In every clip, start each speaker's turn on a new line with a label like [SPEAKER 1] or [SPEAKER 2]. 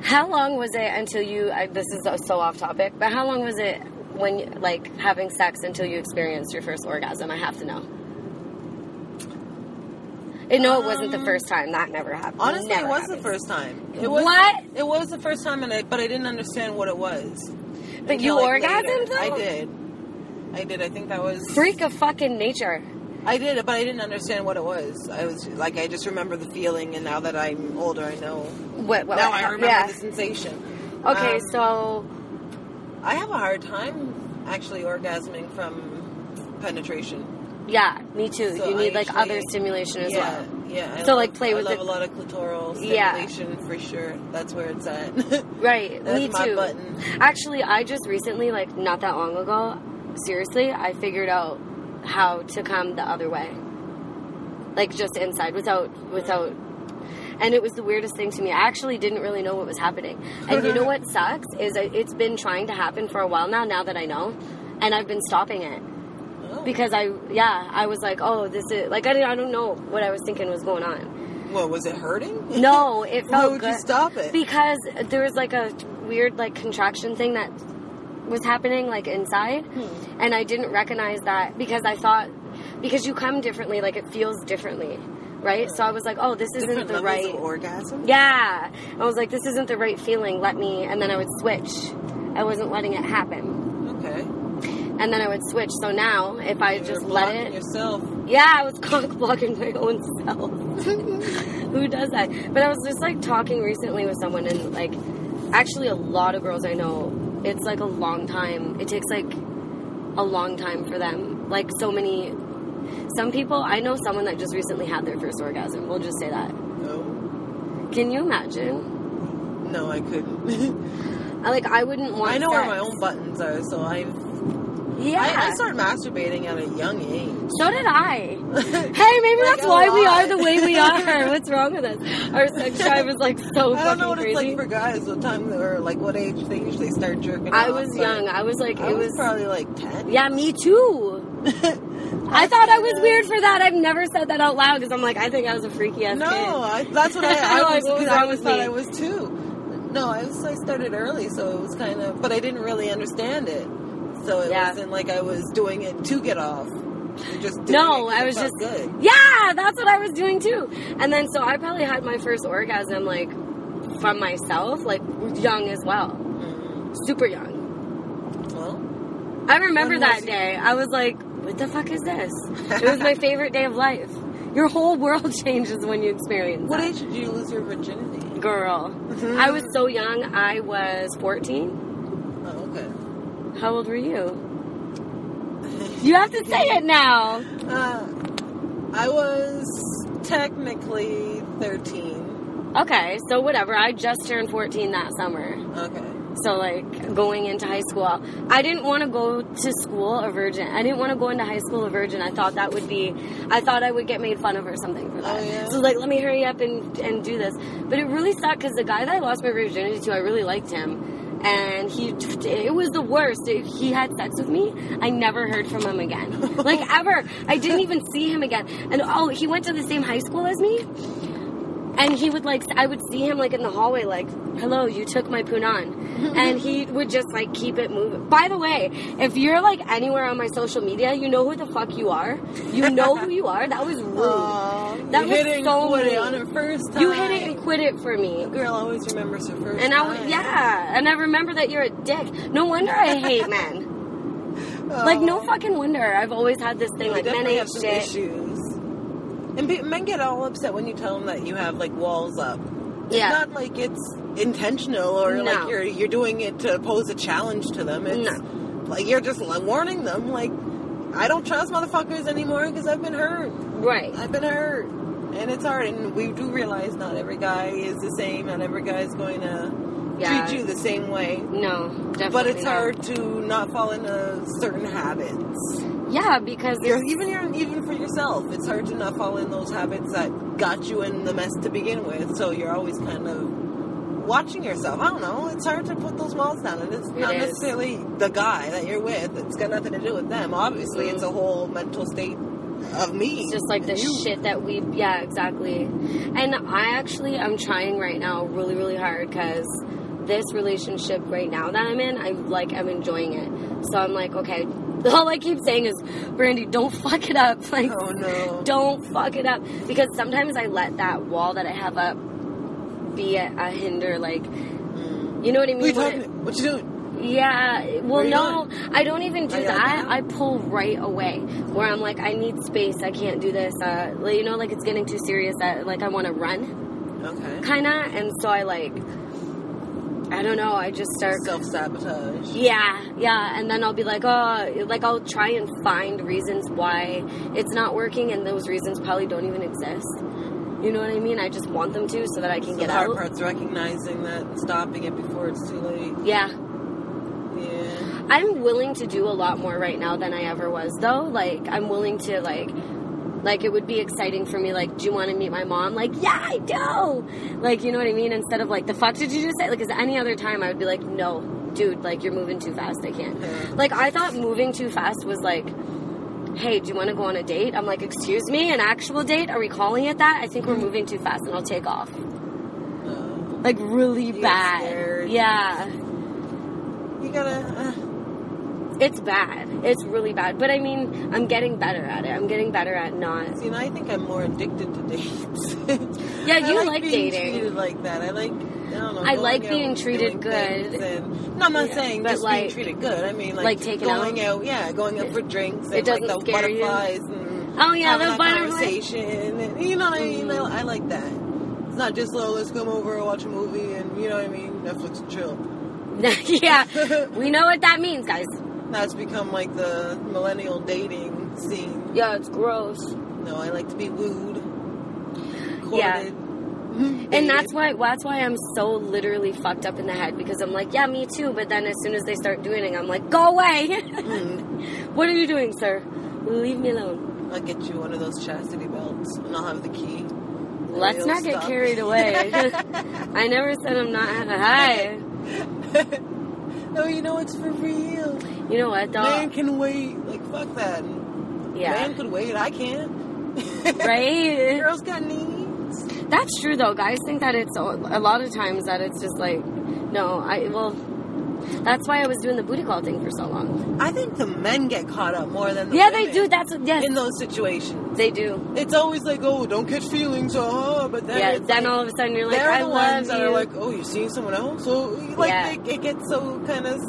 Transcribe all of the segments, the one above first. [SPEAKER 1] How long was it until you? I, this is so off topic, but how long was it when like having sex until you experienced your first orgasm? I have to know. And no, it wasn't the
[SPEAKER 2] Um,
[SPEAKER 1] first time. That never happened.
[SPEAKER 2] Honestly,
[SPEAKER 1] Never
[SPEAKER 2] it was
[SPEAKER 1] happens.
[SPEAKER 2] the first time. It was,
[SPEAKER 1] What?
[SPEAKER 2] It was the first time, and I, but I didn't understand what it was.
[SPEAKER 1] But you
[SPEAKER 2] Until, like,
[SPEAKER 1] orgasmed
[SPEAKER 2] later.
[SPEAKER 1] though.
[SPEAKER 2] I did. I did. I think that was.
[SPEAKER 1] Freak of fucking nature.
[SPEAKER 2] I did, but I didn't understand what it was. I was like, I just remember the feeling, and now that I'm older, I know.
[SPEAKER 1] What? what
[SPEAKER 2] now
[SPEAKER 1] what
[SPEAKER 2] I
[SPEAKER 1] hap-
[SPEAKER 2] remember
[SPEAKER 1] yeah.
[SPEAKER 2] the sensation.
[SPEAKER 1] Okay,
[SPEAKER 2] Um,
[SPEAKER 1] so
[SPEAKER 2] I have a hard time actually orgasming from penetration.
[SPEAKER 1] yeah, me too.
[SPEAKER 2] so
[SPEAKER 1] you
[SPEAKER 2] I
[SPEAKER 1] need like
[SPEAKER 2] usually-
[SPEAKER 1] other stimulation as
[SPEAKER 2] yeah,
[SPEAKER 1] well,
[SPEAKER 2] yeah. I
[SPEAKER 1] So,
[SPEAKER 2] love-
[SPEAKER 1] like, play
[SPEAKER 2] I
[SPEAKER 1] with
[SPEAKER 2] love
[SPEAKER 1] it.
[SPEAKER 2] a lot of clitoral
[SPEAKER 1] Yeah.
[SPEAKER 2] stimulation for sure. That's where it's at. That's
[SPEAKER 1] right? me
[SPEAKER 2] my
[SPEAKER 1] too.
[SPEAKER 2] button.
[SPEAKER 1] Actually, I just recently, like not that long ago, seriously, I figured out how to come the other way. Like just inside without without and it was the weirdest thing to me. I actually didn't really know what was happening. And you know what sucks is I- it's been trying to happen for a while now now that I know and I've been stopping it
[SPEAKER 2] Oh.
[SPEAKER 1] because I yeah, I was like, "Oh, this is like I didn't, I don't know what I was thinking was going on."
[SPEAKER 2] Oh. What was it hurting?
[SPEAKER 1] No, it felt
[SPEAKER 2] Why would
[SPEAKER 1] good.
[SPEAKER 2] you stop it?
[SPEAKER 1] Because there was like a weird like contraction thing that was happening like inside,
[SPEAKER 2] Hmm.
[SPEAKER 1] and I didn't recognize that because I thought because you come differently, like it feels differently, right? So I was like, oh, this isn't
[SPEAKER 2] Different
[SPEAKER 1] the
[SPEAKER 2] levels
[SPEAKER 1] right.
[SPEAKER 2] of orgasm.
[SPEAKER 1] yeah, I was like, this isn't the right feeling. Let me, and then I would switch. I wasn't letting it happen,
[SPEAKER 2] Okay.
[SPEAKER 1] and then I would switch. So now, if I
[SPEAKER 2] You're
[SPEAKER 1] just let
[SPEAKER 2] blocking
[SPEAKER 1] it,
[SPEAKER 2] yourself.
[SPEAKER 1] yeah, I was cock blocking my own self. Who does that? But I was just like talking recently with someone, and like, actually, a lot of girls I know, it's like a long time. It takes like a long time for them. Like, so many. Some people, I know someone that just recently had their first orgasm. We'll just say that.
[SPEAKER 2] No.
[SPEAKER 1] Can you imagine?
[SPEAKER 2] No, I couldn't.
[SPEAKER 1] I, like, I wouldn't want.
[SPEAKER 2] I know where
[SPEAKER 1] sex.
[SPEAKER 2] my own buttons are, so I've,
[SPEAKER 1] Yeah.
[SPEAKER 2] I I started masturbating at a young age.
[SPEAKER 1] so did I. Hey, maybe
[SPEAKER 2] Like,
[SPEAKER 1] that's
[SPEAKER 2] a
[SPEAKER 1] why we
[SPEAKER 2] lot.
[SPEAKER 1] are the way we are. What's wrong with us? Our sex drive is like so
[SPEAKER 2] I don't
[SPEAKER 1] fucking
[SPEAKER 2] know what
[SPEAKER 1] crazy.
[SPEAKER 2] it's like for guys. What time or like what age they usually start jerking?
[SPEAKER 1] I
[SPEAKER 2] off,
[SPEAKER 1] was
[SPEAKER 2] but
[SPEAKER 1] young. I was like,
[SPEAKER 2] I
[SPEAKER 1] it
[SPEAKER 2] was
[SPEAKER 1] was.
[SPEAKER 2] probably like ten.
[SPEAKER 1] Yeah, me too. I thought I was weird for that. I've never said that out loud because I'm like, I think I was a freaky ass
[SPEAKER 2] No,
[SPEAKER 1] kid.
[SPEAKER 2] I, that's what I, I
[SPEAKER 1] Like,
[SPEAKER 2] was.
[SPEAKER 1] what was
[SPEAKER 2] 'cause I
[SPEAKER 1] wrong
[SPEAKER 2] always
[SPEAKER 1] with
[SPEAKER 2] thought
[SPEAKER 1] me?
[SPEAKER 2] I was too. No, I was. I started early, so it was kind of. But I didn't really understand it, so it
[SPEAKER 1] Yeah.
[SPEAKER 2] wasn't like I was doing it to get off. You just doing
[SPEAKER 1] No,
[SPEAKER 2] it 'cause
[SPEAKER 1] I
[SPEAKER 2] it
[SPEAKER 1] was
[SPEAKER 2] felt
[SPEAKER 1] just.
[SPEAKER 2] good.
[SPEAKER 1] Yeah, that's what I was doing too. And then so I probably had my first orgasm like from myself, like young as well,
[SPEAKER 2] Mm,
[SPEAKER 1] super young.
[SPEAKER 2] well,
[SPEAKER 1] I remember
[SPEAKER 2] When was
[SPEAKER 1] that
[SPEAKER 2] it?
[SPEAKER 1] day. I was like, what the fuck is this? It was my favorite day of life. Your whole world changes when you experience
[SPEAKER 2] what
[SPEAKER 1] that.
[SPEAKER 2] age did you lose your virginity?
[SPEAKER 1] Girl, I was so young. I was 14.
[SPEAKER 2] Oh, okay.
[SPEAKER 1] How old were you? You have to say it now.
[SPEAKER 2] Uh, I was technically 13.
[SPEAKER 1] Okay, so whatever. I just turned 14 that summer.
[SPEAKER 2] Okay.
[SPEAKER 1] So, like, going into high school, I didn't want to go to school a virgin. I didn't want to go into high school a virgin. I thought that would be, I thought I would get made fun of or something for that.
[SPEAKER 2] Oh, yeah?
[SPEAKER 1] So, like, let me hurry up and, and do this. But it really sucked because the guy that I lost my virginity to, I really liked him. And he, it was the worst. It- he had sex with me. I never heard from him again. Like, ever. I didn't even see him again. And oh, he went to the same high school as me. And he would like, I would see him like in the hallway, like, hello, you took my punan. and he would just like keep it moving. By the way, if you're like anywhere on my social media, you know who the fuck you are. You know who you are. That was rude. that
[SPEAKER 2] you
[SPEAKER 1] was
[SPEAKER 2] hit it and
[SPEAKER 1] so
[SPEAKER 2] quit it
[SPEAKER 1] mean.
[SPEAKER 2] on her first time.
[SPEAKER 1] you hit it and quit it for me.
[SPEAKER 2] A girl always remembers her first
[SPEAKER 1] And I,
[SPEAKER 2] time.
[SPEAKER 1] w- yeah, and I remember that you're a dick. No wonder I hate men.
[SPEAKER 2] Oh.
[SPEAKER 1] Like, no fucking wonder. I've always had this thing,
[SPEAKER 2] You
[SPEAKER 1] like, men
[SPEAKER 2] definitely
[SPEAKER 1] hate
[SPEAKER 2] have some
[SPEAKER 1] shit.
[SPEAKER 2] issues. And pe- men get all upset when you tell them that you have like walls up.
[SPEAKER 1] Yeah.
[SPEAKER 2] Not like it's intentional or
[SPEAKER 1] No.
[SPEAKER 2] like you're you're doing it to pose a challenge to them. It's
[SPEAKER 1] No.
[SPEAKER 2] like you're just like, warning them. Like I don't trust motherfuckers anymore because I've been hurt.
[SPEAKER 1] right.
[SPEAKER 2] I've been hurt, and it's hard. And we do realize not every guy is the same. Not every guy is going to
[SPEAKER 1] Yeah.
[SPEAKER 2] treat you the same way.
[SPEAKER 1] No, definitely.
[SPEAKER 2] But it's
[SPEAKER 1] not.
[SPEAKER 2] hard to not fall into certain habits.
[SPEAKER 1] Yeah, because
[SPEAKER 2] You're,
[SPEAKER 1] it's,
[SPEAKER 2] even your, even for yourself, it's hard to not fall in those habits that got you in the mess to begin with. So you're always kind of watching yourself. I don't know. It's hard to put those walls down, and it's
[SPEAKER 1] It
[SPEAKER 2] not
[SPEAKER 1] is.
[SPEAKER 2] necessarily the guy that you're with. It's got nothing to do with them. Obviously, it's a whole mental state of me.
[SPEAKER 1] Mm. It's just like the
[SPEAKER 2] and you.
[SPEAKER 1] shit that we, yeah, exactly. And I actually, I'm trying right now really, really hard because this relationship right now that I'm in, I like I'm enjoying it. So I'm like, okay. All I keep saying is, Brandy, don't fuck it up. Like,
[SPEAKER 2] Oh no.
[SPEAKER 1] don't fuck it up because sometimes I let that wall that I have up be a, a hinder. Like,
[SPEAKER 2] Mm.
[SPEAKER 1] you know what I mean? When
[SPEAKER 2] What you talking? What you doing?
[SPEAKER 1] it- yeah. Well,
[SPEAKER 2] you
[SPEAKER 1] no, I don't even do
[SPEAKER 2] Are you
[SPEAKER 1] that.
[SPEAKER 2] okay?
[SPEAKER 1] I pull right away where I'm like, I need space. I can't do this. Uh, like, you know, like it's getting too serious. That like I want to run,
[SPEAKER 2] Okay.
[SPEAKER 1] kind of. And so I like, I don't know. I just start
[SPEAKER 2] Self sabotage.
[SPEAKER 1] yeah, yeah, and then I'll be like, oh, like I'll try and find reasons why it's not working, and those reasons probably don't even exist. You know what I mean? I just want them to so that I can
[SPEAKER 2] So
[SPEAKER 1] get
[SPEAKER 2] the
[SPEAKER 1] out.
[SPEAKER 2] hard part's recognizing that and stopping it before it's too late.
[SPEAKER 1] Yeah,
[SPEAKER 2] Yeah.
[SPEAKER 1] I'm willing to do a lot more right now than I ever was, though. Like, I'm willing to like, like it would be exciting for me. Like, do you want to meet my mom? Like, yeah, I do. Like, you know what I mean? Instead of like, the fuck did you just say? Like, 'cause any other time I would be like, no, dude, like you're moving too fast. I can't.
[SPEAKER 2] Yeah.
[SPEAKER 1] Like I thought moving too fast was like, hey, do you want to go on a date? I'm like, excuse me, an actual date? Are we calling it that? I think we're moving too fast, and I'll take off.
[SPEAKER 2] No.
[SPEAKER 1] Like really
[SPEAKER 2] Uh, get
[SPEAKER 1] bad.
[SPEAKER 2] scared.
[SPEAKER 1] Yeah,
[SPEAKER 2] You gotta. Uh,
[SPEAKER 1] it's bad. It's really bad. But I mean, I'm getting better at it. I'm getting better at not.
[SPEAKER 2] see, now I think I'm more addicted to dates.
[SPEAKER 1] Yeah,
[SPEAKER 2] I
[SPEAKER 1] you like
[SPEAKER 2] being
[SPEAKER 1] dating.
[SPEAKER 2] treated like that. I like. I don't know.
[SPEAKER 1] I like
[SPEAKER 2] going
[SPEAKER 1] being
[SPEAKER 2] out,
[SPEAKER 1] treated
[SPEAKER 2] doing
[SPEAKER 1] good.
[SPEAKER 2] things And, no, I'm not
[SPEAKER 1] Yeah,
[SPEAKER 2] saying
[SPEAKER 1] but
[SPEAKER 2] just
[SPEAKER 1] like-
[SPEAKER 2] being treated good. I mean, like,
[SPEAKER 1] like taken
[SPEAKER 2] going out. Yeah, going out for drinks. And
[SPEAKER 1] It doesn't
[SPEAKER 2] like the
[SPEAKER 1] scare you?
[SPEAKER 2] butterflies and
[SPEAKER 1] Oh yeah,
[SPEAKER 2] having
[SPEAKER 1] the
[SPEAKER 2] that
[SPEAKER 1] butterfly.
[SPEAKER 2] conversation. And, you know what I mean?
[SPEAKER 1] Mhm.
[SPEAKER 2] I, I like that. It's not just oh, let's come over and watch a movie and you know what I mean. Netflix and chill.
[SPEAKER 1] yeah, we know what that means, guys.
[SPEAKER 2] That's become like the millennial dating scene.
[SPEAKER 1] Yeah, it's gross.
[SPEAKER 2] No, I like to be wooed, courted.
[SPEAKER 1] Yeah. And
[SPEAKER 2] dated.
[SPEAKER 1] that's why that's why I'm so literally fucked up in the head because I'm like, yeah, me too. But then as soon as they start doing it, I'm like, go away.
[SPEAKER 2] Mm,
[SPEAKER 1] what are you doing, sir? Leave me alone.
[SPEAKER 2] I'll get you one of those chastity belts, and I'll have the key.
[SPEAKER 1] Let's
[SPEAKER 2] It'll
[SPEAKER 1] not get
[SPEAKER 2] stop.
[SPEAKER 1] carried away. I never said I'm not. Hi.
[SPEAKER 2] No, you know it's for real.
[SPEAKER 1] You know what,
[SPEAKER 2] Man
[SPEAKER 1] dog?
[SPEAKER 2] can wait. Like fuck that.
[SPEAKER 1] Yeah.
[SPEAKER 2] Man could wait. I can't.
[SPEAKER 1] Right?
[SPEAKER 2] Girls got needs.
[SPEAKER 1] That's true, though. Guys think that it's a a lot of times that it's just like, no, I, well, that's why I was doing the booty call thing for so long.
[SPEAKER 2] I think the men get caught up more than the
[SPEAKER 1] Yeah,
[SPEAKER 2] women
[SPEAKER 1] they do. That's, yes,
[SPEAKER 2] in those situations.
[SPEAKER 1] they do.
[SPEAKER 2] It's always like, oh, don't catch feelings, oh, but then
[SPEAKER 1] Yeah,
[SPEAKER 2] it's
[SPEAKER 1] then
[SPEAKER 2] like,
[SPEAKER 1] all of a sudden you're like,
[SPEAKER 2] they're
[SPEAKER 1] I
[SPEAKER 2] the
[SPEAKER 1] love
[SPEAKER 2] ones that
[SPEAKER 1] you.
[SPEAKER 2] are like, oh, you're seeing someone else. So like
[SPEAKER 1] Yeah.
[SPEAKER 2] they, it gets so kind of,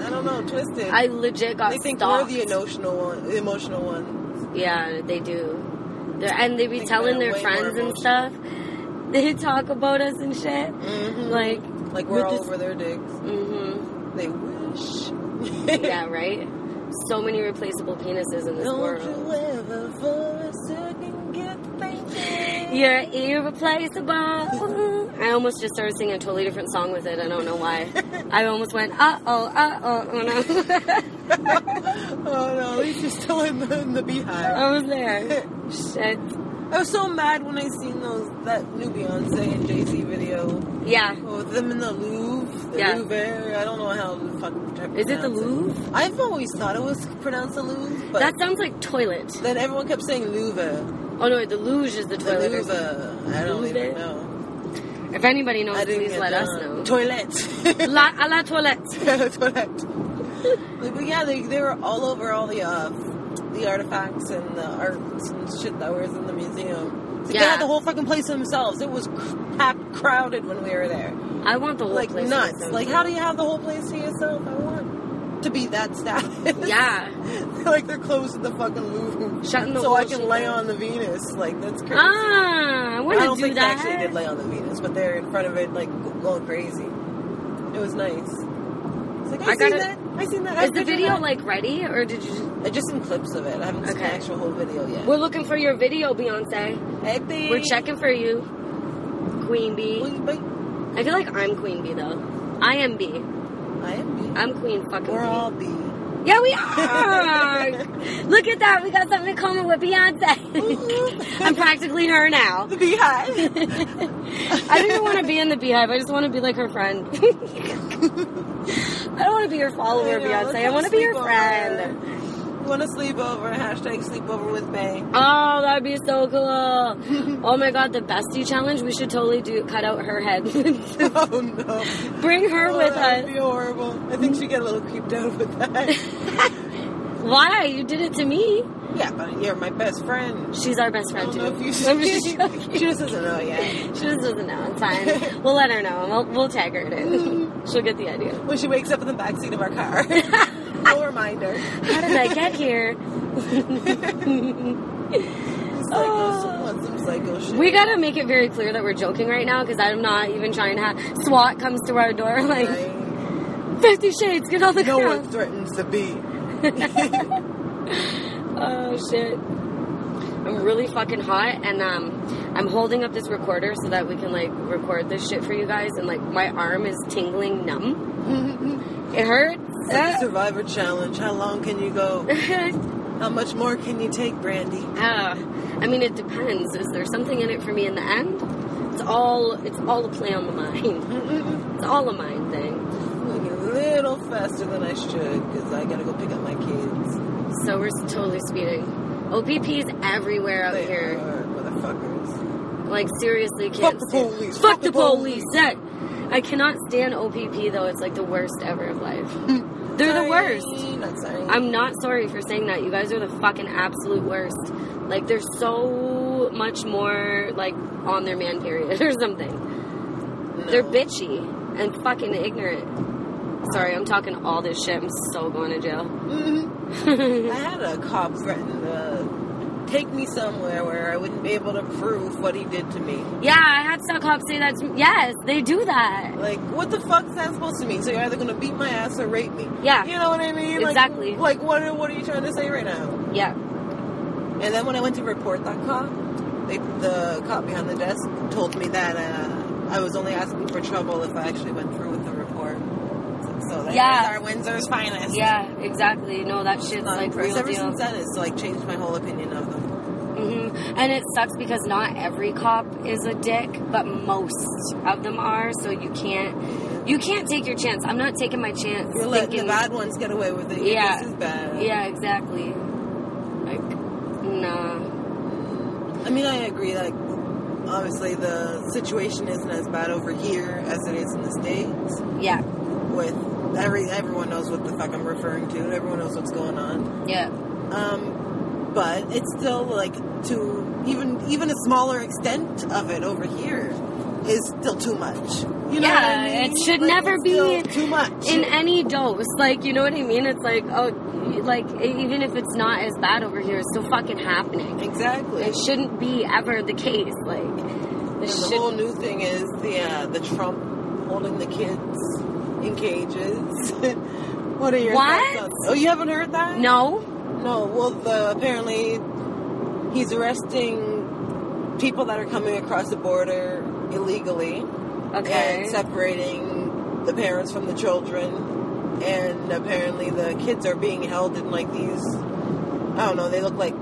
[SPEAKER 2] I don't know, twisted.
[SPEAKER 1] I legit got
[SPEAKER 2] they think
[SPEAKER 1] stalked.
[SPEAKER 2] we're the emotional one. The emotional one.
[SPEAKER 1] yeah, they do. They're, and they be
[SPEAKER 2] Think
[SPEAKER 1] telling
[SPEAKER 2] they're
[SPEAKER 1] their
[SPEAKER 2] way more
[SPEAKER 1] friends and stuff. They talk about us and shit.
[SPEAKER 2] Mm-hmm. Like,
[SPEAKER 1] Like,
[SPEAKER 2] we're
[SPEAKER 1] with
[SPEAKER 2] all
[SPEAKER 1] this-
[SPEAKER 2] over their dicks.
[SPEAKER 1] mm-hmm.
[SPEAKER 2] They wish.
[SPEAKER 1] yeah, right. So many replaceable penises in this
[SPEAKER 2] Don't
[SPEAKER 1] world.
[SPEAKER 2] you ever for a second get thinking?
[SPEAKER 1] You're irreplaceable. I almost just started singing a totally different song with it. I don't know why. I almost went, uh oh, uh oh, oh no.
[SPEAKER 2] Oh no, he's just still in the, in the beehive.
[SPEAKER 1] I was there. Shit.
[SPEAKER 2] I was so mad when I seen those that new Beyonce and Jay Z video.
[SPEAKER 1] Yeah.
[SPEAKER 2] Oh, them in the Louvre, the
[SPEAKER 1] Yeah.
[SPEAKER 2] Louvre. I don't know how to fucking try to
[SPEAKER 1] Is it the
[SPEAKER 2] pronounce
[SPEAKER 1] Louvre?
[SPEAKER 2] I've always thought it was pronounced the Louvre, but
[SPEAKER 1] That sounds like toilet.
[SPEAKER 2] then everyone kept saying Louvre,
[SPEAKER 1] Oh no, the luge is the
[SPEAKER 2] the
[SPEAKER 1] toilet. or
[SPEAKER 2] Louvre. I don't even
[SPEAKER 1] Louvre?
[SPEAKER 2] know.
[SPEAKER 1] If anybody
[SPEAKER 2] I
[SPEAKER 1] knows,
[SPEAKER 2] didn't
[SPEAKER 1] please
[SPEAKER 2] get
[SPEAKER 1] let us
[SPEAKER 2] that.
[SPEAKER 1] know.
[SPEAKER 2] Toilet.
[SPEAKER 1] La, à la toilette.
[SPEAKER 2] That's what I. Like, but yeah, they, they were all over all the uh, the artifacts and the arts and shit that was in the museum. It's like They
[SPEAKER 1] Yeah.
[SPEAKER 2] had the whole fucking place to themselves. It was cr- packed, crowded when we were there.
[SPEAKER 1] I want the whole
[SPEAKER 2] like
[SPEAKER 1] place.
[SPEAKER 2] nuts. Like, how do you have the whole place to yourself? I want to be that status.
[SPEAKER 1] Yeah.
[SPEAKER 2] like they're closing the fucking Louvre,
[SPEAKER 1] Shutting the
[SPEAKER 2] so I
[SPEAKER 1] whole
[SPEAKER 2] can
[SPEAKER 1] shit
[SPEAKER 2] lay
[SPEAKER 1] down.
[SPEAKER 2] on the Venus. Like that's crazy.
[SPEAKER 1] Ah, I
[SPEAKER 2] I
[SPEAKER 1] want to
[SPEAKER 2] don't
[SPEAKER 1] do
[SPEAKER 2] think
[SPEAKER 1] that.
[SPEAKER 2] they actually did lay on the Venus, but they're in front of it, like going crazy. It was nice. It's like I,
[SPEAKER 1] I
[SPEAKER 2] seen
[SPEAKER 1] gotta-
[SPEAKER 2] that. I seen that. I
[SPEAKER 1] Is the
[SPEAKER 2] pictured
[SPEAKER 1] video
[SPEAKER 2] that.
[SPEAKER 1] like ready, or did you?
[SPEAKER 2] I just seen clips of it. I haven't seen the
[SPEAKER 1] Okay.
[SPEAKER 2] actual whole video yet.
[SPEAKER 1] We're looking for your video, Beyonce.
[SPEAKER 2] Hey, babe.
[SPEAKER 1] We're checking for you, Queen
[SPEAKER 2] We-
[SPEAKER 1] Bee.
[SPEAKER 2] we-
[SPEAKER 1] I feel like I'm Queen Bee though. I am Bee.
[SPEAKER 2] I am.
[SPEAKER 1] I'm Queen fucking
[SPEAKER 2] B. We're
[SPEAKER 1] Bee.
[SPEAKER 2] all B.
[SPEAKER 1] yeah, we are. Look at that. We got something in common with Beyonce. I'm practically her now.
[SPEAKER 2] The beehive.
[SPEAKER 1] I didn't want to be in the beehive. I just want to be like her friend. I don't want to be your follower,
[SPEAKER 2] I know,
[SPEAKER 1] Beyonce.
[SPEAKER 2] let's
[SPEAKER 1] I
[SPEAKER 2] have
[SPEAKER 1] want to be your
[SPEAKER 2] sleepover.
[SPEAKER 1] friend.
[SPEAKER 2] You want to sleep over? Hashtag sleepover with May.
[SPEAKER 1] Oh, that'd be so cool. oh my god, the bestie challenge. We should totally do cut out her head.
[SPEAKER 2] oh no.
[SPEAKER 1] Bring her
[SPEAKER 2] Oh,
[SPEAKER 1] with
[SPEAKER 2] that
[SPEAKER 1] us.
[SPEAKER 2] would be horrible. I think she get a little creeped out with that.
[SPEAKER 1] Why? You did it to me.
[SPEAKER 2] yeah, but you're my best friend.
[SPEAKER 1] She's our best
[SPEAKER 2] I
[SPEAKER 1] friend
[SPEAKER 2] don't
[SPEAKER 1] too.
[SPEAKER 2] know if you.
[SPEAKER 1] I'm
[SPEAKER 2] she,
[SPEAKER 1] just joking.
[SPEAKER 2] she just doesn't know yet.
[SPEAKER 1] She just doesn't know. It's fine. We'll let her know. and We'll, we'll tag her in it. She'll get the idea.
[SPEAKER 2] When she wakes up in the backseat of our car, no reminder.
[SPEAKER 1] How did I get here?
[SPEAKER 2] Psycho, some, want oh, some psycho shit.
[SPEAKER 1] Oh. We gotta make it very clear that we're joking right now because I'm not even trying to have SWAT comes to our door like
[SPEAKER 2] Right?
[SPEAKER 1] Fifty Shades, get on the
[SPEAKER 2] No
[SPEAKER 1] ground.
[SPEAKER 2] one threatens to be.
[SPEAKER 1] Oh shit. I'm really fucking hot and um I'm holding up this recorder so that we can like record this shit for you guys and like my arm is tingling numb. It hurts. Uh,
[SPEAKER 2] Survivor challenge. How long can you go? How much more can you take, Brandy?
[SPEAKER 1] Ah, I mean it depends. Is there something in it for me in the end? It's all it's all a play on the mind.
[SPEAKER 2] I'm
[SPEAKER 1] It's all a mind thing.
[SPEAKER 2] going a little faster than I should because I gotta go pick up my kids.
[SPEAKER 1] So we're totally speeding. OPP is everywhere out
[SPEAKER 2] they
[SPEAKER 1] here.
[SPEAKER 2] are motherfuckers.
[SPEAKER 1] Like seriously, kids.
[SPEAKER 2] Fuck the police.
[SPEAKER 1] Fuck the police. That I cannot stand OPP though. It's like the worst ever of life. They're the
[SPEAKER 2] Mm. Sorry,
[SPEAKER 1] worst.
[SPEAKER 2] Not sorry.
[SPEAKER 1] I'm not sorry for saying that. You guys are the fucking absolute worst. Like there's so much more like on their man period or something.
[SPEAKER 2] No.
[SPEAKER 1] They're bitchy and fucking ignorant. Sorry, I'm talking all this shit. I'm so going to jail.
[SPEAKER 2] Mhm. I had a cop threaten to take me somewhere where I wouldn't be able to prove what he did to me.
[SPEAKER 1] Yeah, I had some cops say that. To me. Yes, they do that.
[SPEAKER 2] Like, what the fuck's that supposed to mean? So you're either gonna beat my ass or rape me.
[SPEAKER 1] Yeah.
[SPEAKER 2] You know what I mean? Like-
[SPEAKER 1] Exactly.
[SPEAKER 2] Like, what are, what are you trying to say right now?
[SPEAKER 1] Yeah.
[SPEAKER 2] And then when I went to report that cop, they, the cop behind the desk told me that uh, I was only asking for trouble if I actually went through with the report. So that
[SPEAKER 1] Yeah.
[SPEAKER 2] is our Windsor's finest.
[SPEAKER 1] Yeah, exactly. No, that shit's
[SPEAKER 2] Not
[SPEAKER 1] like
[SPEAKER 2] impressed.
[SPEAKER 1] real
[SPEAKER 2] Ever
[SPEAKER 1] deal.
[SPEAKER 2] since then, it's like changed my whole opinion of them.
[SPEAKER 1] hmm And it sucks because not every cop is a dick, but most of them are. So you can't, you can't take your chance. I'm not taking my chance.
[SPEAKER 2] You're letting the bad ones get away with it. You're
[SPEAKER 1] Yeah.
[SPEAKER 2] just as bad.
[SPEAKER 1] yeah, exactly. Like, nah.
[SPEAKER 2] I mean, I agree. Like, obviously, the situation isn't as bad over here as it is in the states.
[SPEAKER 1] Yeah,
[SPEAKER 2] With every everyone knows what the fuck I'm referring to. Everyone knows what's going on.
[SPEAKER 1] yeah,
[SPEAKER 2] um, but it's still like to even even a smaller extent of it over here is still too much. You know what I
[SPEAKER 1] Yeah,
[SPEAKER 2] mean?
[SPEAKER 1] it should
[SPEAKER 2] Like,
[SPEAKER 1] never
[SPEAKER 2] it's
[SPEAKER 1] be
[SPEAKER 2] still too much.
[SPEAKER 1] in any dose. Like, you know what I mean? It's like, oh, like e-, even if it's not as bad over here, it's still fucking happening.
[SPEAKER 2] exactly.
[SPEAKER 1] It shouldn't be ever the case. Like,
[SPEAKER 2] and
[SPEAKER 1] this
[SPEAKER 2] the
[SPEAKER 1] should
[SPEAKER 2] whole new thing is the uh, the Trump holding the kids in cages. what are your
[SPEAKER 1] What?
[SPEAKER 2] thoughts on- Oh, you haven't heard that?
[SPEAKER 1] no.
[SPEAKER 2] No, well, the, apparently he's arresting people that are coming across the border illegally
[SPEAKER 1] Okay.
[SPEAKER 2] and separating the parents from the children. And apparently the kids are being held in like these, I don't know, they look like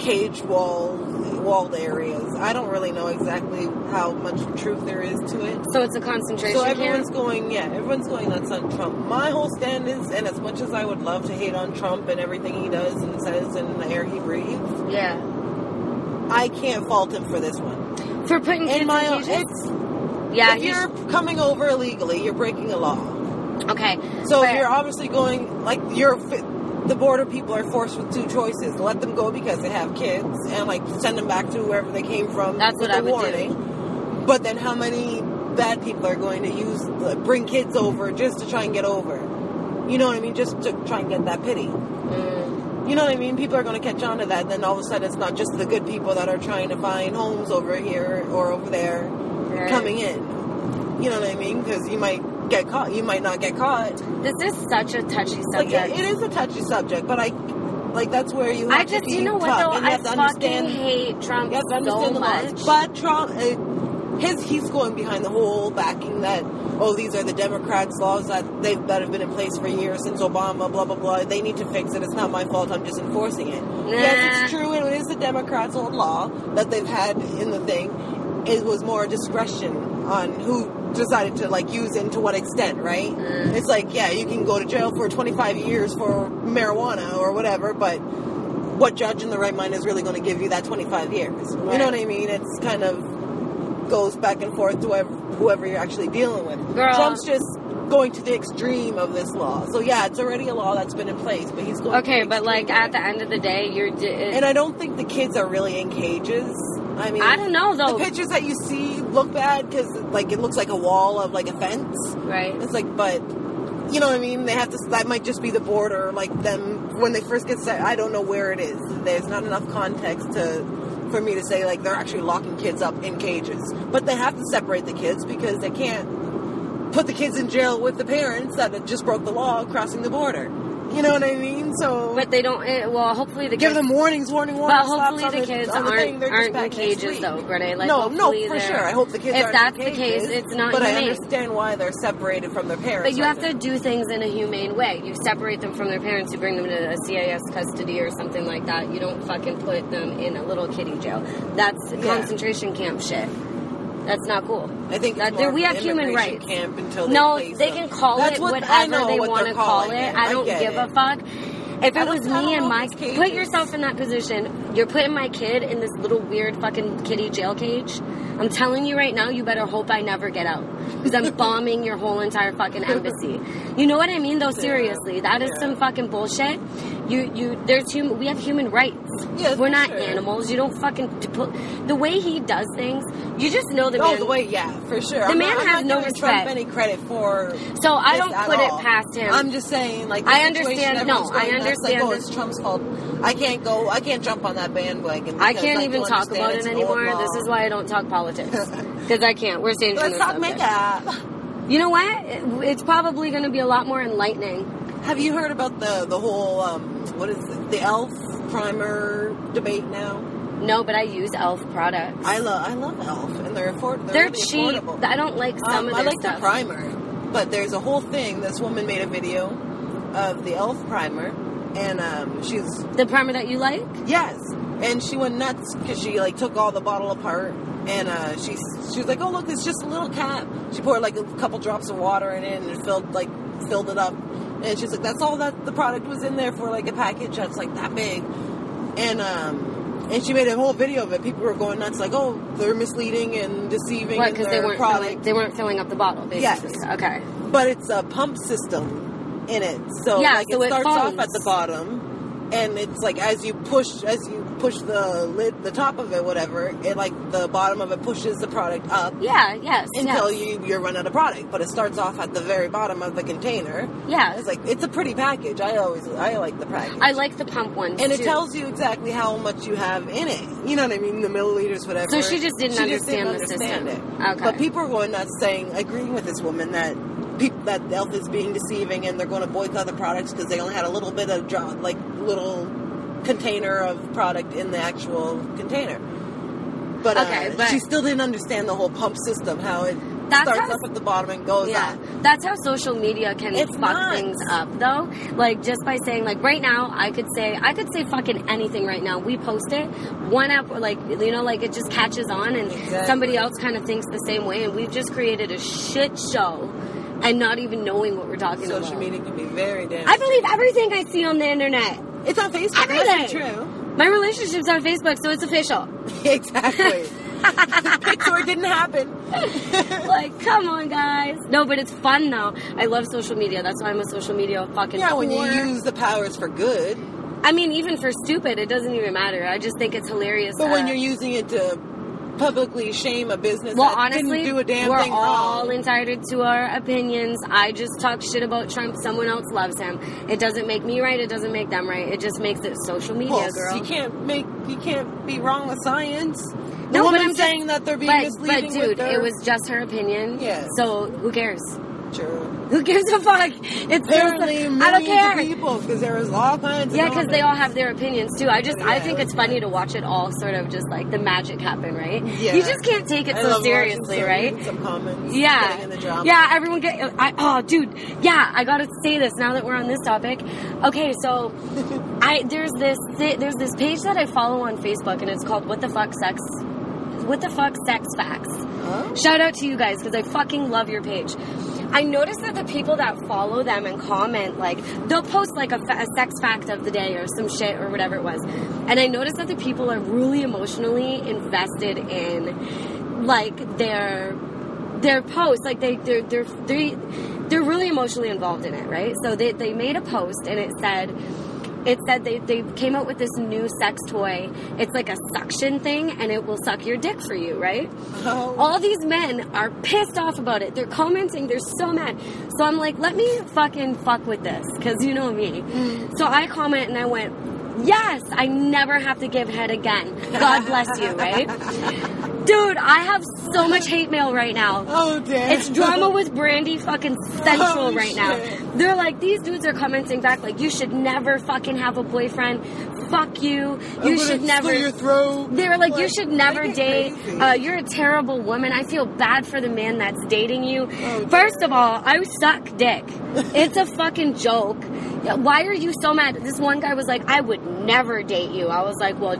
[SPEAKER 2] cage wall walled areas. I don't really know exactly how much truth there is to it.
[SPEAKER 1] So it's a concentration
[SPEAKER 2] So
[SPEAKER 1] camp.
[SPEAKER 2] everyone's going, yeah, everyone's going nuts on Trump. My whole stand is, and as much as I would love to hate on Trump and everything he does and says and the air he breathes,
[SPEAKER 1] Yeah.
[SPEAKER 2] I can't fault him for this one.
[SPEAKER 1] For putting kids
[SPEAKER 2] In my
[SPEAKER 1] in
[SPEAKER 2] own,
[SPEAKER 1] cages?
[SPEAKER 2] it's,
[SPEAKER 1] yeah,
[SPEAKER 2] if
[SPEAKER 1] he
[SPEAKER 2] you're coming over illegally, you're breaking a law.
[SPEAKER 1] sh- okay.
[SPEAKER 2] So
[SPEAKER 1] But-
[SPEAKER 2] you're obviously going like you're. fi- The border people are forced with two choices: let them go because they have kids, and like send them back to wherever they came from.
[SPEAKER 1] That's
[SPEAKER 2] with
[SPEAKER 1] what I
[SPEAKER 2] a
[SPEAKER 1] would do.
[SPEAKER 2] warning. But then, how many bad people are going to use like, bring kids over just to try and get over? You know what I mean? Just to try and get that pity.
[SPEAKER 1] Mm,
[SPEAKER 2] You know what I mean? People are going to catch on to that. Then all of a sudden, it's not just the good people that are trying to find homes over here or over there
[SPEAKER 1] right.
[SPEAKER 2] coming in. You know what I mean? Because you might get caught. You might not get caught.
[SPEAKER 1] This is such a touchy
[SPEAKER 2] Like
[SPEAKER 1] subject.
[SPEAKER 2] it, it is a touchy subject, but I like that's where you. Have
[SPEAKER 1] I just,
[SPEAKER 2] to be
[SPEAKER 1] you know what
[SPEAKER 2] tough
[SPEAKER 1] though,
[SPEAKER 2] and you
[SPEAKER 1] I
[SPEAKER 2] have to
[SPEAKER 1] fucking
[SPEAKER 2] understand.
[SPEAKER 1] hate Trump
[SPEAKER 2] You have to understand
[SPEAKER 1] so
[SPEAKER 2] the
[SPEAKER 1] much.
[SPEAKER 2] laws. But Trump, uh, his he's going behind the whole backing that oh these are the Democrats' laws that they that have been in place for years since Obama, blah blah blah. They need to fix it. It's not my fault. I'm just enforcing it. Yes, it's
[SPEAKER 1] Nah.
[SPEAKER 2] true. It is the Democrats' old law that they've had in the thing. It was more discretion on who decided to like use and to what extent, right?
[SPEAKER 1] Mm.
[SPEAKER 2] It's like, yeah, you can go to jail for 25 years for marijuana or whatever, but what judge in the right mind is really going to give you that 25 years? You
[SPEAKER 1] Right.
[SPEAKER 2] know what I mean? It's kind of goes back and forth to whoever, whoever you're actually dealing with.
[SPEAKER 1] Girl.
[SPEAKER 2] Trump's just going to the extreme of this law. So yeah, it's already a law that's been in place, but he's going. to
[SPEAKER 1] Okay,
[SPEAKER 2] the
[SPEAKER 1] but like
[SPEAKER 2] extreme.
[SPEAKER 1] at the end of the day, you're. D-
[SPEAKER 2] and I don't think the kids are really in cages. I mean,
[SPEAKER 1] I don't know
[SPEAKER 2] the
[SPEAKER 1] though.
[SPEAKER 2] pictures that you see look bad because like it looks like a wall of like a fence.
[SPEAKER 1] right.
[SPEAKER 2] It's like, but you know what I mean? They have to. That might just be the border, like them when they first get set. I don't know where it is. There's not enough context to for me to say like they're actually locking kids up in cages, but they have to separate the kids because they can't put the kids in jail with the parents that just broke the law crossing the border. You know what I mean? So.
[SPEAKER 1] But they don't. eh, Well, hopefully the
[SPEAKER 2] Give
[SPEAKER 1] kids.
[SPEAKER 2] them warnings, warning, warning.
[SPEAKER 1] But
[SPEAKER 2] stops
[SPEAKER 1] hopefully
[SPEAKER 2] on
[SPEAKER 1] the kids
[SPEAKER 2] on the thing.
[SPEAKER 1] aren't
[SPEAKER 2] They're just
[SPEAKER 1] aren't in
[SPEAKER 2] back next
[SPEAKER 1] cages
[SPEAKER 2] week.
[SPEAKER 1] though, Renee. Like
[SPEAKER 2] no, no,
[SPEAKER 1] hopefully
[SPEAKER 2] for
[SPEAKER 1] they're-
[SPEAKER 2] sure. I hope the kids.
[SPEAKER 1] If
[SPEAKER 2] aren't
[SPEAKER 1] that's
[SPEAKER 2] in
[SPEAKER 1] the case,
[SPEAKER 2] cages,
[SPEAKER 1] it's not
[SPEAKER 2] But I
[SPEAKER 1] humane.
[SPEAKER 2] understand why they're separated from their parents.
[SPEAKER 1] But you
[SPEAKER 2] like
[SPEAKER 1] have to do things in a humane way. You separate them from their parents. You bring them to a CIS custody or something like that. You don't fucking put them in a little kitty jail. That's
[SPEAKER 2] Yeah.
[SPEAKER 1] concentration camp shit. That's not cool.
[SPEAKER 2] I think
[SPEAKER 1] that
[SPEAKER 2] it's more
[SPEAKER 1] we
[SPEAKER 2] of an
[SPEAKER 1] have human
[SPEAKER 2] immigration
[SPEAKER 1] rights.
[SPEAKER 2] Camp until they
[SPEAKER 1] No,
[SPEAKER 2] place
[SPEAKER 1] they can
[SPEAKER 2] them.
[SPEAKER 1] call
[SPEAKER 2] That's
[SPEAKER 1] it
[SPEAKER 2] what, I
[SPEAKER 1] whatever
[SPEAKER 2] know
[SPEAKER 1] they
[SPEAKER 2] what
[SPEAKER 1] want
[SPEAKER 2] they're
[SPEAKER 1] to call it.
[SPEAKER 2] calling
[SPEAKER 1] I don't
[SPEAKER 2] get
[SPEAKER 1] give
[SPEAKER 2] it.
[SPEAKER 1] a fuck. If
[SPEAKER 2] I
[SPEAKER 1] it
[SPEAKER 2] don't-
[SPEAKER 1] was
[SPEAKER 2] I don't
[SPEAKER 1] me and
[SPEAKER 2] know if
[SPEAKER 1] my
[SPEAKER 2] it's cages.
[SPEAKER 1] put yourself in that position, you're putting my kid in this little weird fucking kitty jail cage. I'm telling you right now, you better hope I never get out because I'm bombing your whole entire fucking embassy. You know what I mean, though. Seriously, that is
[SPEAKER 2] Yeah.
[SPEAKER 1] some fucking bullshit. You, you, there's human. We have human rights.
[SPEAKER 2] Yeah,
[SPEAKER 1] We're
[SPEAKER 2] for
[SPEAKER 1] not
[SPEAKER 2] sure.
[SPEAKER 1] animals. You don't fucking d- put the way he does things. You just know the
[SPEAKER 2] Oh,
[SPEAKER 1] man.
[SPEAKER 2] the way, yeah, for sure. The I'm
[SPEAKER 1] man
[SPEAKER 2] not, I'm
[SPEAKER 1] has
[SPEAKER 2] not
[SPEAKER 1] no
[SPEAKER 2] giving
[SPEAKER 1] respect.
[SPEAKER 2] Trump any credit for.
[SPEAKER 1] So I
[SPEAKER 2] this
[SPEAKER 1] don't
[SPEAKER 2] at
[SPEAKER 1] put
[SPEAKER 2] all.
[SPEAKER 1] it past him.
[SPEAKER 2] I'm just saying, like, the
[SPEAKER 1] I
[SPEAKER 2] situation
[SPEAKER 1] understand- no,
[SPEAKER 2] everyone's going
[SPEAKER 1] I
[SPEAKER 2] nuts,
[SPEAKER 1] understand
[SPEAKER 2] Like, oh,
[SPEAKER 1] this-
[SPEAKER 2] it's Trump's fault. I can't go. I can't jump on that bandwagon.
[SPEAKER 1] I
[SPEAKER 2] because
[SPEAKER 1] can't
[SPEAKER 2] I
[SPEAKER 1] even
[SPEAKER 2] do
[SPEAKER 1] talk
[SPEAKER 2] understand
[SPEAKER 1] about it
[SPEAKER 2] it's an
[SPEAKER 1] anymore.
[SPEAKER 2] old law.
[SPEAKER 1] This is why I don't talk politics because I can't. We're changing
[SPEAKER 2] Let's
[SPEAKER 1] the
[SPEAKER 2] talk
[SPEAKER 1] subject.
[SPEAKER 2] makeup.
[SPEAKER 1] You know what? It- It's probably going to be a lot more enlightening.
[SPEAKER 2] Have you heard about the the whole um, what is it, the Elf primer debate now?
[SPEAKER 1] No, but I use Elf products.
[SPEAKER 2] I love I love Elf, and they're affordable.
[SPEAKER 1] They're
[SPEAKER 2] really
[SPEAKER 1] cheap.
[SPEAKER 2] Affordable.
[SPEAKER 1] I don't like some
[SPEAKER 2] Um,
[SPEAKER 1] of
[SPEAKER 2] I
[SPEAKER 1] their
[SPEAKER 2] like
[SPEAKER 1] stuff.
[SPEAKER 2] the primer, but there's a whole thing. This woman made a video of the Elf primer, and um, she's
[SPEAKER 1] The primer that you like?
[SPEAKER 2] Yes, and she went nuts because she like took all the bottle apart, and uh, she she was like, "Oh look, it's just a little cap." She poured like a couple drops of water in it and filled like filled it up, and she's like, "That's all that the product was in there for like a package that's like that big," and um and she made a whole video of it. People were going nuts, like, "Oh, they're misleading and deceiving
[SPEAKER 1] What?
[SPEAKER 2] in
[SPEAKER 1] Because
[SPEAKER 2] their
[SPEAKER 1] they weren't filling,
[SPEAKER 2] product,"
[SPEAKER 1] they weren't filling up the bottle. Basically.
[SPEAKER 2] Yes.
[SPEAKER 1] Okay.
[SPEAKER 2] but it's a pump system in it, so
[SPEAKER 1] Yeah,
[SPEAKER 2] like
[SPEAKER 1] so
[SPEAKER 2] it,
[SPEAKER 1] it
[SPEAKER 2] starts
[SPEAKER 1] foams.
[SPEAKER 2] off at the bottom. and it's like as you push as you push the lid the top of it whatever it like the bottom of it pushes the product up
[SPEAKER 1] Yeah. Yes.
[SPEAKER 2] until
[SPEAKER 1] yes.
[SPEAKER 2] you you run out of product but it starts off at the very bottom of the container
[SPEAKER 1] Yeah.
[SPEAKER 2] it's like it's a pretty package i always i like the package
[SPEAKER 1] I like the pump ones
[SPEAKER 2] and it
[SPEAKER 1] too.
[SPEAKER 2] tells you exactly how much you have in it. You know what I mean? The milliliters, whatever.
[SPEAKER 1] So she just didn't understand the
[SPEAKER 2] understand
[SPEAKER 1] system.
[SPEAKER 2] It.
[SPEAKER 1] Okay.
[SPEAKER 2] But people are going nuts saying, agreeing with this woman that peop that Elf is being deceiving and they're going to boycott the products because they only had a little bit of drop, like little container of product in the actual container. But,
[SPEAKER 1] Okay,
[SPEAKER 2] uh,
[SPEAKER 1] but-
[SPEAKER 2] she still didn't understand the whole pump system, how it
[SPEAKER 1] That's
[SPEAKER 2] starts
[SPEAKER 1] how-
[SPEAKER 2] up at the bottom and goes
[SPEAKER 1] Yeah,
[SPEAKER 2] up.
[SPEAKER 1] that's how social media can
[SPEAKER 2] It's
[SPEAKER 1] fuck
[SPEAKER 2] nuts.
[SPEAKER 1] things up, though. Like just by saying, like right now, I could say, I could say fucking anything right now. We post it, one app, like you know, like it just catches on, and
[SPEAKER 2] Exactly.
[SPEAKER 1] somebody else kind of thinks the same way, and we've just created a shit show, and not even knowing what we're talking about.
[SPEAKER 2] Social media can be very damaging.
[SPEAKER 1] I believe everything I see on the internet.
[SPEAKER 2] it's on Facebook. That's
[SPEAKER 1] Everything.
[SPEAKER 2] true.
[SPEAKER 1] My relationship's on Facebook, so it's official.
[SPEAKER 2] exactly. Pixar didn't happen.
[SPEAKER 1] like, come on, guys. No, but it's fun though. I love social media. That's why I'm a social media fucking.
[SPEAKER 2] Yeah, when you
[SPEAKER 1] whore.
[SPEAKER 2] use the powers for good,
[SPEAKER 1] I mean, even for stupid, it doesn't even matter. I just think it's hilarious.
[SPEAKER 2] but when
[SPEAKER 1] uh,
[SPEAKER 2] you're using it to publicly shame a business
[SPEAKER 1] well,
[SPEAKER 2] that
[SPEAKER 1] honestly,
[SPEAKER 2] didn't do a damn
[SPEAKER 1] we're
[SPEAKER 2] thing
[SPEAKER 1] all
[SPEAKER 2] wrong.
[SPEAKER 1] entitled to our opinions. I just talk shit about Trump. Someone else loves him. It doesn't make me right. It doesn't make them right. It just makes it social media,
[SPEAKER 2] Well,
[SPEAKER 1] girl.
[SPEAKER 2] you can't make you can't be wrong with science. The
[SPEAKER 1] No, but
[SPEAKER 2] woman
[SPEAKER 1] I'm just-
[SPEAKER 2] saying that they're being
[SPEAKER 1] but, but
[SPEAKER 2] misleading
[SPEAKER 1] dude,
[SPEAKER 2] with their
[SPEAKER 1] it was just her opinion.
[SPEAKER 2] Yeah.
[SPEAKER 1] So who cares?
[SPEAKER 2] True.
[SPEAKER 1] Who gives a fuck? It's
[SPEAKER 2] Apparently,
[SPEAKER 1] just, I don't
[SPEAKER 2] millions
[SPEAKER 1] care.
[SPEAKER 2] of people because there was all kinds.
[SPEAKER 1] Yeah,
[SPEAKER 2] of
[SPEAKER 1] because they all have their opinions too. I just I
[SPEAKER 2] Yeah,
[SPEAKER 1] think
[SPEAKER 2] that's
[SPEAKER 1] it's funny to watch it all sort of just like the magic happen, right?
[SPEAKER 2] Yeah.
[SPEAKER 1] You just can't take it
[SPEAKER 2] I love
[SPEAKER 1] so
[SPEAKER 2] watching
[SPEAKER 1] seriously,
[SPEAKER 2] some-
[SPEAKER 1] right?
[SPEAKER 2] Some comments. getting
[SPEAKER 1] Yeah.
[SPEAKER 2] in the drama.
[SPEAKER 1] Yeah, everyone get I oh dude, yeah, I got to say this now that we're on this topic. Okay, so I there's this thi- there's this page that I follow on Facebook and it's called What the fuck sex what the fuck sex facts.
[SPEAKER 2] Huh?
[SPEAKER 1] Shout out to you guys because I fucking love your page. I noticed that the people that follow them and comment, like, they'll post like a, fa- a sex fact of the day or some shit or whatever it was. And I noticed that the people are really emotionally invested in like their their posts. Like they they're they're they, they're really emotionally involved in it, right? So they they made a post and it said it said they, they came out with this new sex toy. It's like a suction thing and it will suck your dick for you, right?
[SPEAKER 2] Oh.
[SPEAKER 1] All these men are pissed off about it. They're commenting. They're so mad. So I'm like, let me fucking fuck with this, because you know me. So I comment and I went, yes, I never have to give head again. God bless you, right? Dude, I have so much hate mail right now.
[SPEAKER 2] Oh damn!
[SPEAKER 1] It's drama with Brandy fucking central
[SPEAKER 2] Holy
[SPEAKER 1] right
[SPEAKER 2] shit.
[SPEAKER 1] now. They're like, these dudes are commenting back like, you should never fucking have a boyfriend. Fuck you. You
[SPEAKER 2] I'm gonna
[SPEAKER 1] should
[SPEAKER 2] slit
[SPEAKER 1] never.
[SPEAKER 2] Your throat.
[SPEAKER 1] They were like, you should never
[SPEAKER 2] make it
[SPEAKER 1] date.
[SPEAKER 2] crazy.
[SPEAKER 1] Uh, you're a terrible woman. I feel bad for the man that's dating you.
[SPEAKER 2] Oh,
[SPEAKER 1] First of all, I suck dick. it's a fucking joke. Yeah, Why are you so mad? This one guy was like, I would never date you. I was like, well,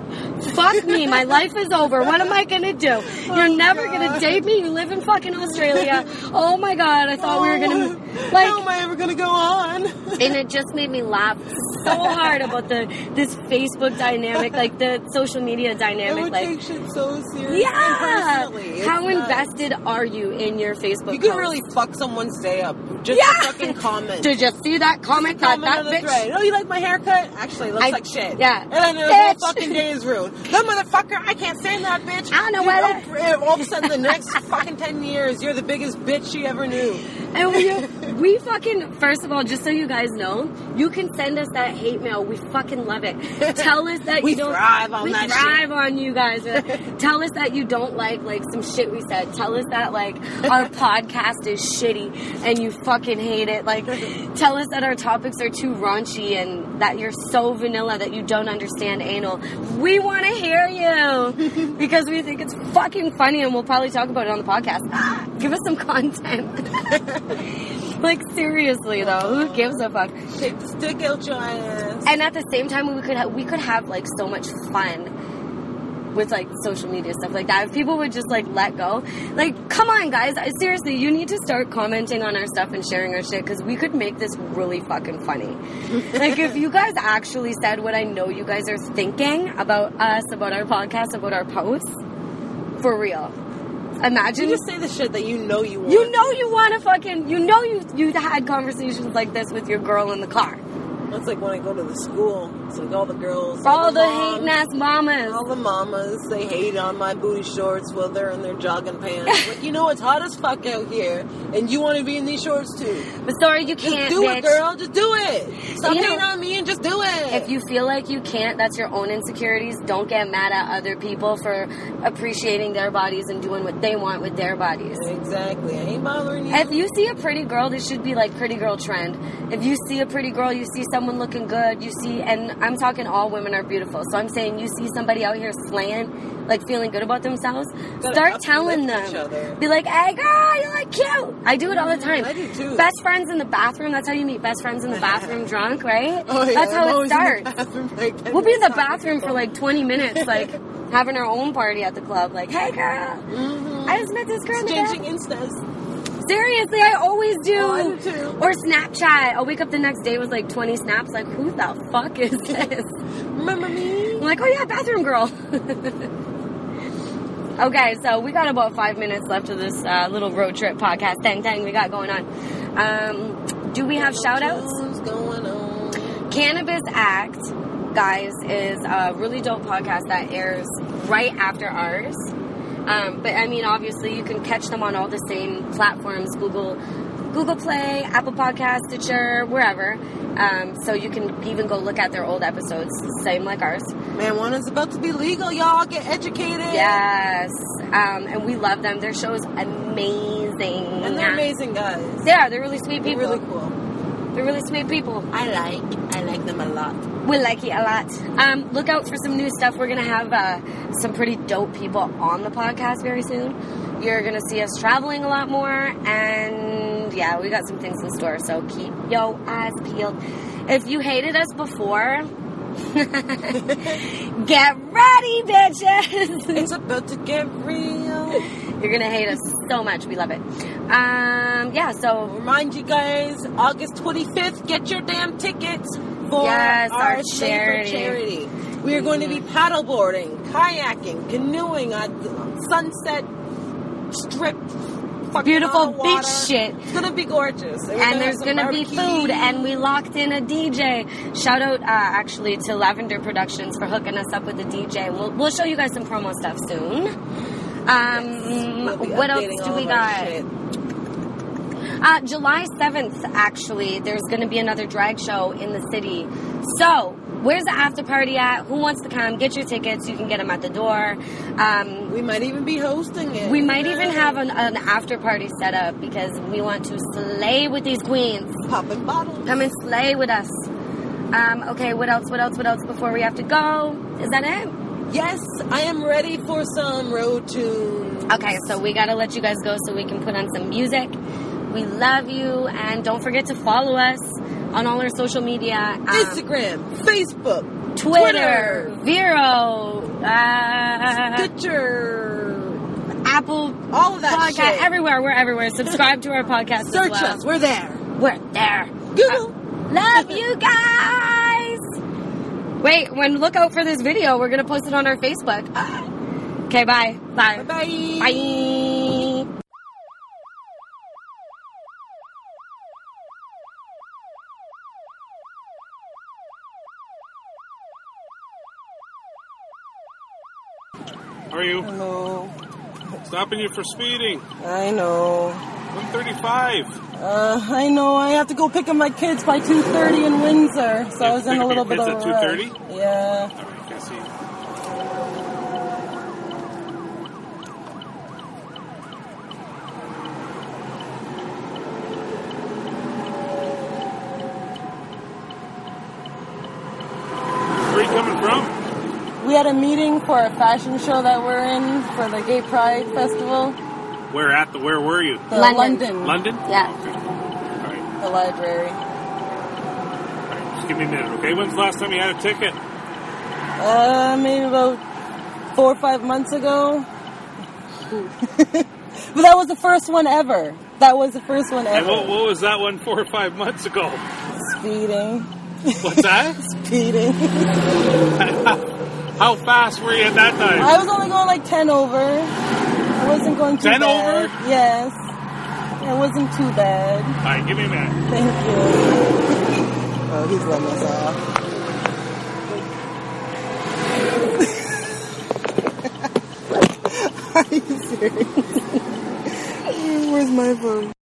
[SPEAKER 1] fuck me. My life is over. What am I going to do? You're never going to
[SPEAKER 2] God.
[SPEAKER 1] date me. You live in fucking Australia. Oh my God. I thought we were going
[SPEAKER 2] Oh.
[SPEAKER 1] to. Like,
[SPEAKER 2] how am I ever gonna go on?
[SPEAKER 1] and it just made me laugh so hard about the this Facebook dynamic, like the social media dynamic.
[SPEAKER 2] Everyone
[SPEAKER 1] like,
[SPEAKER 2] takes shit so seriously.
[SPEAKER 1] yeah.
[SPEAKER 2] and personally. It's
[SPEAKER 1] How
[SPEAKER 2] not-
[SPEAKER 1] invested are you in your Facebook?
[SPEAKER 2] You can
[SPEAKER 1] post?
[SPEAKER 2] really fuck someone's day up. Just
[SPEAKER 1] Yeah.
[SPEAKER 2] a fucking comment.
[SPEAKER 1] Did you see that comment? That
[SPEAKER 2] comment
[SPEAKER 1] that
[SPEAKER 2] on the
[SPEAKER 1] bitch.
[SPEAKER 2] thread. Oh, you like my haircut? Actually, it looks
[SPEAKER 1] I-
[SPEAKER 2] like shit.
[SPEAKER 1] yeah.
[SPEAKER 2] And then the whole
[SPEAKER 1] Bitch.
[SPEAKER 2] fucking day is ruined. That motherfucker, I can't stand that bitch.
[SPEAKER 1] I don't know
[SPEAKER 2] You
[SPEAKER 1] whether-
[SPEAKER 2] know, all of a sudden, the next fucking 10 years, you're the biggest bitch she ever knew.
[SPEAKER 1] And we, we fucking, first of all, just so you guys know, you can send us that hate mail. We fucking love it. Tell us that
[SPEAKER 2] We
[SPEAKER 1] you don't.
[SPEAKER 2] thrive on
[SPEAKER 1] we
[SPEAKER 2] that
[SPEAKER 1] thrive on you guys. Uh, Tell us that you don't like, like, some shit we said. Tell us that, like, our podcast is shitty and you fucking hate it. Like, tell us that our topics are too raunchy and that you're so vanilla that you don't understand anal. We want to hear you because we think it's fucking funny and we'll probably talk about it on the podcast. Ah, Give us some content. Like seriously though, who gives a fuck?
[SPEAKER 2] Take the stick out your ass.
[SPEAKER 1] And at the same time, we could ha- we could have like so much fun with like social media stuff like that. If people would just like let go, like come on guys, I, seriously, you need to start commenting on our stuff and sharing our shit because we could make this really fucking funny. like if you guys actually said what I know you guys are thinking about us, about our podcast, about our posts, for real. Imagine
[SPEAKER 2] You just say the shit that you know you want.
[SPEAKER 1] you know you want to fucking. You know you you had conversations like this with your girl in the car.
[SPEAKER 2] That's like when I go to the school. It's like all the girls,
[SPEAKER 1] All the
[SPEAKER 2] moms,
[SPEAKER 1] hating ass mamas.
[SPEAKER 2] All the mamas, they hate on my booty shorts while they're in their jogging pants. like, you know, it's hot as fuck out here, and you want to be in these shorts too.
[SPEAKER 1] But sorry, you
[SPEAKER 2] Just
[SPEAKER 1] can't,
[SPEAKER 2] do
[SPEAKER 1] bitch.
[SPEAKER 2] it, girl. Just do it. Stop
[SPEAKER 1] You know-
[SPEAKER 2] hating on me and just do it.
[SPEAKER 1] If you feel like you can't, that's your own insecurities. Don't get mad at other people for appreciating their bodies and doing what they want with their bodies.
[SPEAKER 2] exactly, I ain't bothering you.
[SPEAKER 1] If you see a pretty girl, this should be like pretty girl trend. If you see a pretty girl, you see someone looking good, you see, and I'm talking all women are beautiful. So I'm saying you see somebody out here slaying, like feeling good about themselves,
[SPEAKER 2] Gotta
[SPEAKER 1] start
[SPEAKER 2] uplift
[SPEAKER 1] telling
[SPEAKER 2] each other.
[SPEAKER 1] them. Be like, hey girl, you look cute. I do it all the time.
[SPEAKER 2] I do too.
[SPEAKER 1] Best friends in the bathroom, that's how you meet best friends in the bathroom drunk, right?
[SPEAKER 2] Oh, yeah,
[SPEAKER 1] that's
[SPEAKER 2] I'm
[SPEAKER 1] how it
[SPEAKER 2] always in the
[SPEAKER 1] starts.
[SPEAKER 2] bathroom, like, ten
[SPEAKER 1] We'll be in the
[SPEAKER 2] minutes talking
[SPEAKER 1] bathroom
[SPEAKER 2] to
[SPEAKER 1] for
[SPEAKER 2] people.
[SPEAKER 1] like 20 minutes, like having our own party at the club. Like, hey girl,
[SPEAKER 2] Mm.
[SPEAKER 1] I just met this girl. in the bathroom."
[SPEAKER 2] Exchanging Mm-hmm. instas.
[SPEAKER 1] Seriously, I always do.
[SPEAKER 2] Oh, I do too.
[SPEAKER 1] Or Snapchat. I'll wake up the next day with like 20 snaps. Like, who the fuck is this?
[SPEAKER 2] Remember
[SPEAKER 1] I'm
[SPEAKER 2] me?
[SPEAKER 1] like, oh yeah, bathroom girl. okay, so we got about five minutes left of this uh, little road trip podcast thing thing we got going on. Um, do we have shout outs?
[SPEAKER 2] Jones going on.
[SPEAKER 1] Cannabis Act, guys, is a really dope podcast that airs right after ours. Um, but I mean, obviously, you can catch them on all the same platforms: Google, Google Play, Apple Podcast, Stitcher, wherever. Um, so you can even go look at their old episodes, same like ours.
[SPEAKER 2] Man, one is about to be legal, y'all. Get educated.
[SPEAKER 1] Yes, um, and we love them. Their show is amazing.
[SPEAKER 2] And they're amazing guys.
[SPEAKER 1] They are. They're really sweet
[SPEAKER 2] They're
[SPEAKER 1] people.
[SPEAKER 2] really cool.
[SPEAKER 1] They're really sweet people.
[SPEAKER 2] I like. I like them a lot.
[SPEAKER 1] We like it a lot. Um, look out for some new stuff. We're gonna have uh, some pretty dope people on the podcast very soon. You're gonna see us traveling a lot more, and yeah, we got some things in store. So keep your eyes peeled. If you hated us before, Get ready, bitches!
[SPEAKER 2] It's about to get real.
[SPEAKER 1] You're gonna hate us so much. We love it. Um, yeah, so
[SPEAKER 2] Remind you guys, August 25th, get your damn tickets for
[SPEAKER 1] Yes,
[SPEAKER 2] our,
[SPEAKER 1] our
[SPEAKER 2] Safer
[SPEAKER 1] charity.
[SPEAKER 2] charity. We are going to be paddleboarding, kayaking, canoeing on sunset strip. fucking
[SPEAKER 1] Beautiful
[SPEAKER 2] on the water.
[SPEAKER 1] beach shit.
[SPEAKER 2] It's gonna be gorgeous. we're
[SPEAKER 1] and
[SPEAKER 2] have
[SPEAKER 1] there's
[SPEAKER 2] some
[SPEAKER 1] gonna be
[SPEAKER 2] barbecue.
[SPEAKER 1] food, and we locked in a DJ. Shout out uh, actually to Lavender Productions for hooking us up with a DJ. We'll, we'll show you guys some promo stuff soon. Um,
[SPEAKER 2] We'll be
[SPEAKER 1] what else
[SPEAKER 2] updating
[SPEAKER 1] do
[SPEAKER 2] all
[SPEAKER 1] we
[SPEAKER 2] of our
[SPEAKER 1] got?
[SPEAKER 2] shit.
[SPEAKER 1] Uh, July 7th, actually, there's going to be another drag show in the city. So, where's the after party at? Who wants to come? Get your tickets. You can get them at the door. Um,
[SPEAKER 2] We might even be hosting it.
[SPEAKER 1] we might even have an, an after party set up because we want to slay with these queens.
[SPEAKER 2] popping bottles.
[SPEAKER 1] Come and slay with us. Um, okay, what else? What else? What else before we have to go? Is that it?
[SPEAKER 2] Yes, I am ready for some road tunes.
[SPEAKER 1] Okay, so we gotta let you guys go so we can put on some music. We love you, and don't forget to follow us on all our social media. um,
[SPEAKER 2] Instagram, Facebook,
[SPEAKER 1] Twitter, Vero, uh,
[SPEAKER 2] Stitcher,
[SPEAKER 1] Apple
[SPEAKER 2] all of that
[SPEAKER 1] Podcast,
[SPEAKER 2] shit.
[SPEAKER 1] everywhere. We're everywhere. Subscribe to our podcast. as
[SPEAKER 2] Search
[SPEAKER 1] well.
[SPEAKER 2] us. We're there.
[SPEAKER 1] We're there.
[SPEAKER 2] Google.
[SPEAKER 1] Love you guys. Wait, when look out for this video. We're gonna post it on our Facebook. Okay, bye. Uh, Bye.
[SPEAKER 2] Bye-bye.
[SPEAKER 1] Bye.
[SPEAKER 3] Are you
[SPEAKER 2] Hello.
[SPEAKER 3] stopping you for speeding?
[SPEAKER 2] I know.
[SPEAKER 3] 135.
[SPEAKER 2] Uh, I know. I have to go pick up my kids by 2.30 in Windsor, so
[SPEAKER 3] You
[SPEAKER 2] I
[SPEAKER 3] have
[SPEAKER 2] was
[SPEAKER 3] to
[SPEAKER 2] in
[SPEAKER 3] pick
[SPEAKER 2] a
[SPEAKER 3] up
[SPEAKER 2] little
[SPEAKER 3] your
[SPEAKER 2] bit of
[SPEAKER 3] kids
[SPEAKER 2] a
[SPEAKER 3] at
[SPEAKER 2] rush.
[SPEAKER 3] 2:30?
[SPEAKER 2] Yeah.
[SPEAKER 3] All right, Jesse. Where are you coming from?
[SPEAKER 2] We had a meeting for a fashion show that we're in for the Gay Pride Festival.
[SPEAKER 3] Where at the? Where were you?
[SPEAKER 2] The
[SPEAKER 1] London.
[SPEAKER 3] London.
[SPEAKER 1] Yeah.
[SPEAKER 3] Okay. All right.
[SPEAKER 2] The library.
[SPEAKER 3] All right. Just give me a minute, okay? When's the last time you had a ticket?
[SPEAKER 2] Uh, maybe about four or five months ago. but that was the first one ever. That was the first one
[SPEAKER 3] And what,
[SPEAKER 2] ever.
[SPEAKER 3] what was that one four or five months ago?
[SPEAKER 2] Speeding.
[SPEAKER 3] What's that?
[SPEAKER 2] Speeding.
[SPEAKER 3] How fast were you at that time?
[SPEAKER 2] I was only going like 10 over. I wasn't going too
[SPEAKER 3] 10
[SPEAKER 2] bad.
[SPEAKER 3] over?
[SPEAKER 2] Yes. It wasn't too bad.
[SPEAKER 3] All right, give me a minute.
[SPEAKER 2] Thank you. Oh, he's letting us off. Are you serious? Where's my phone?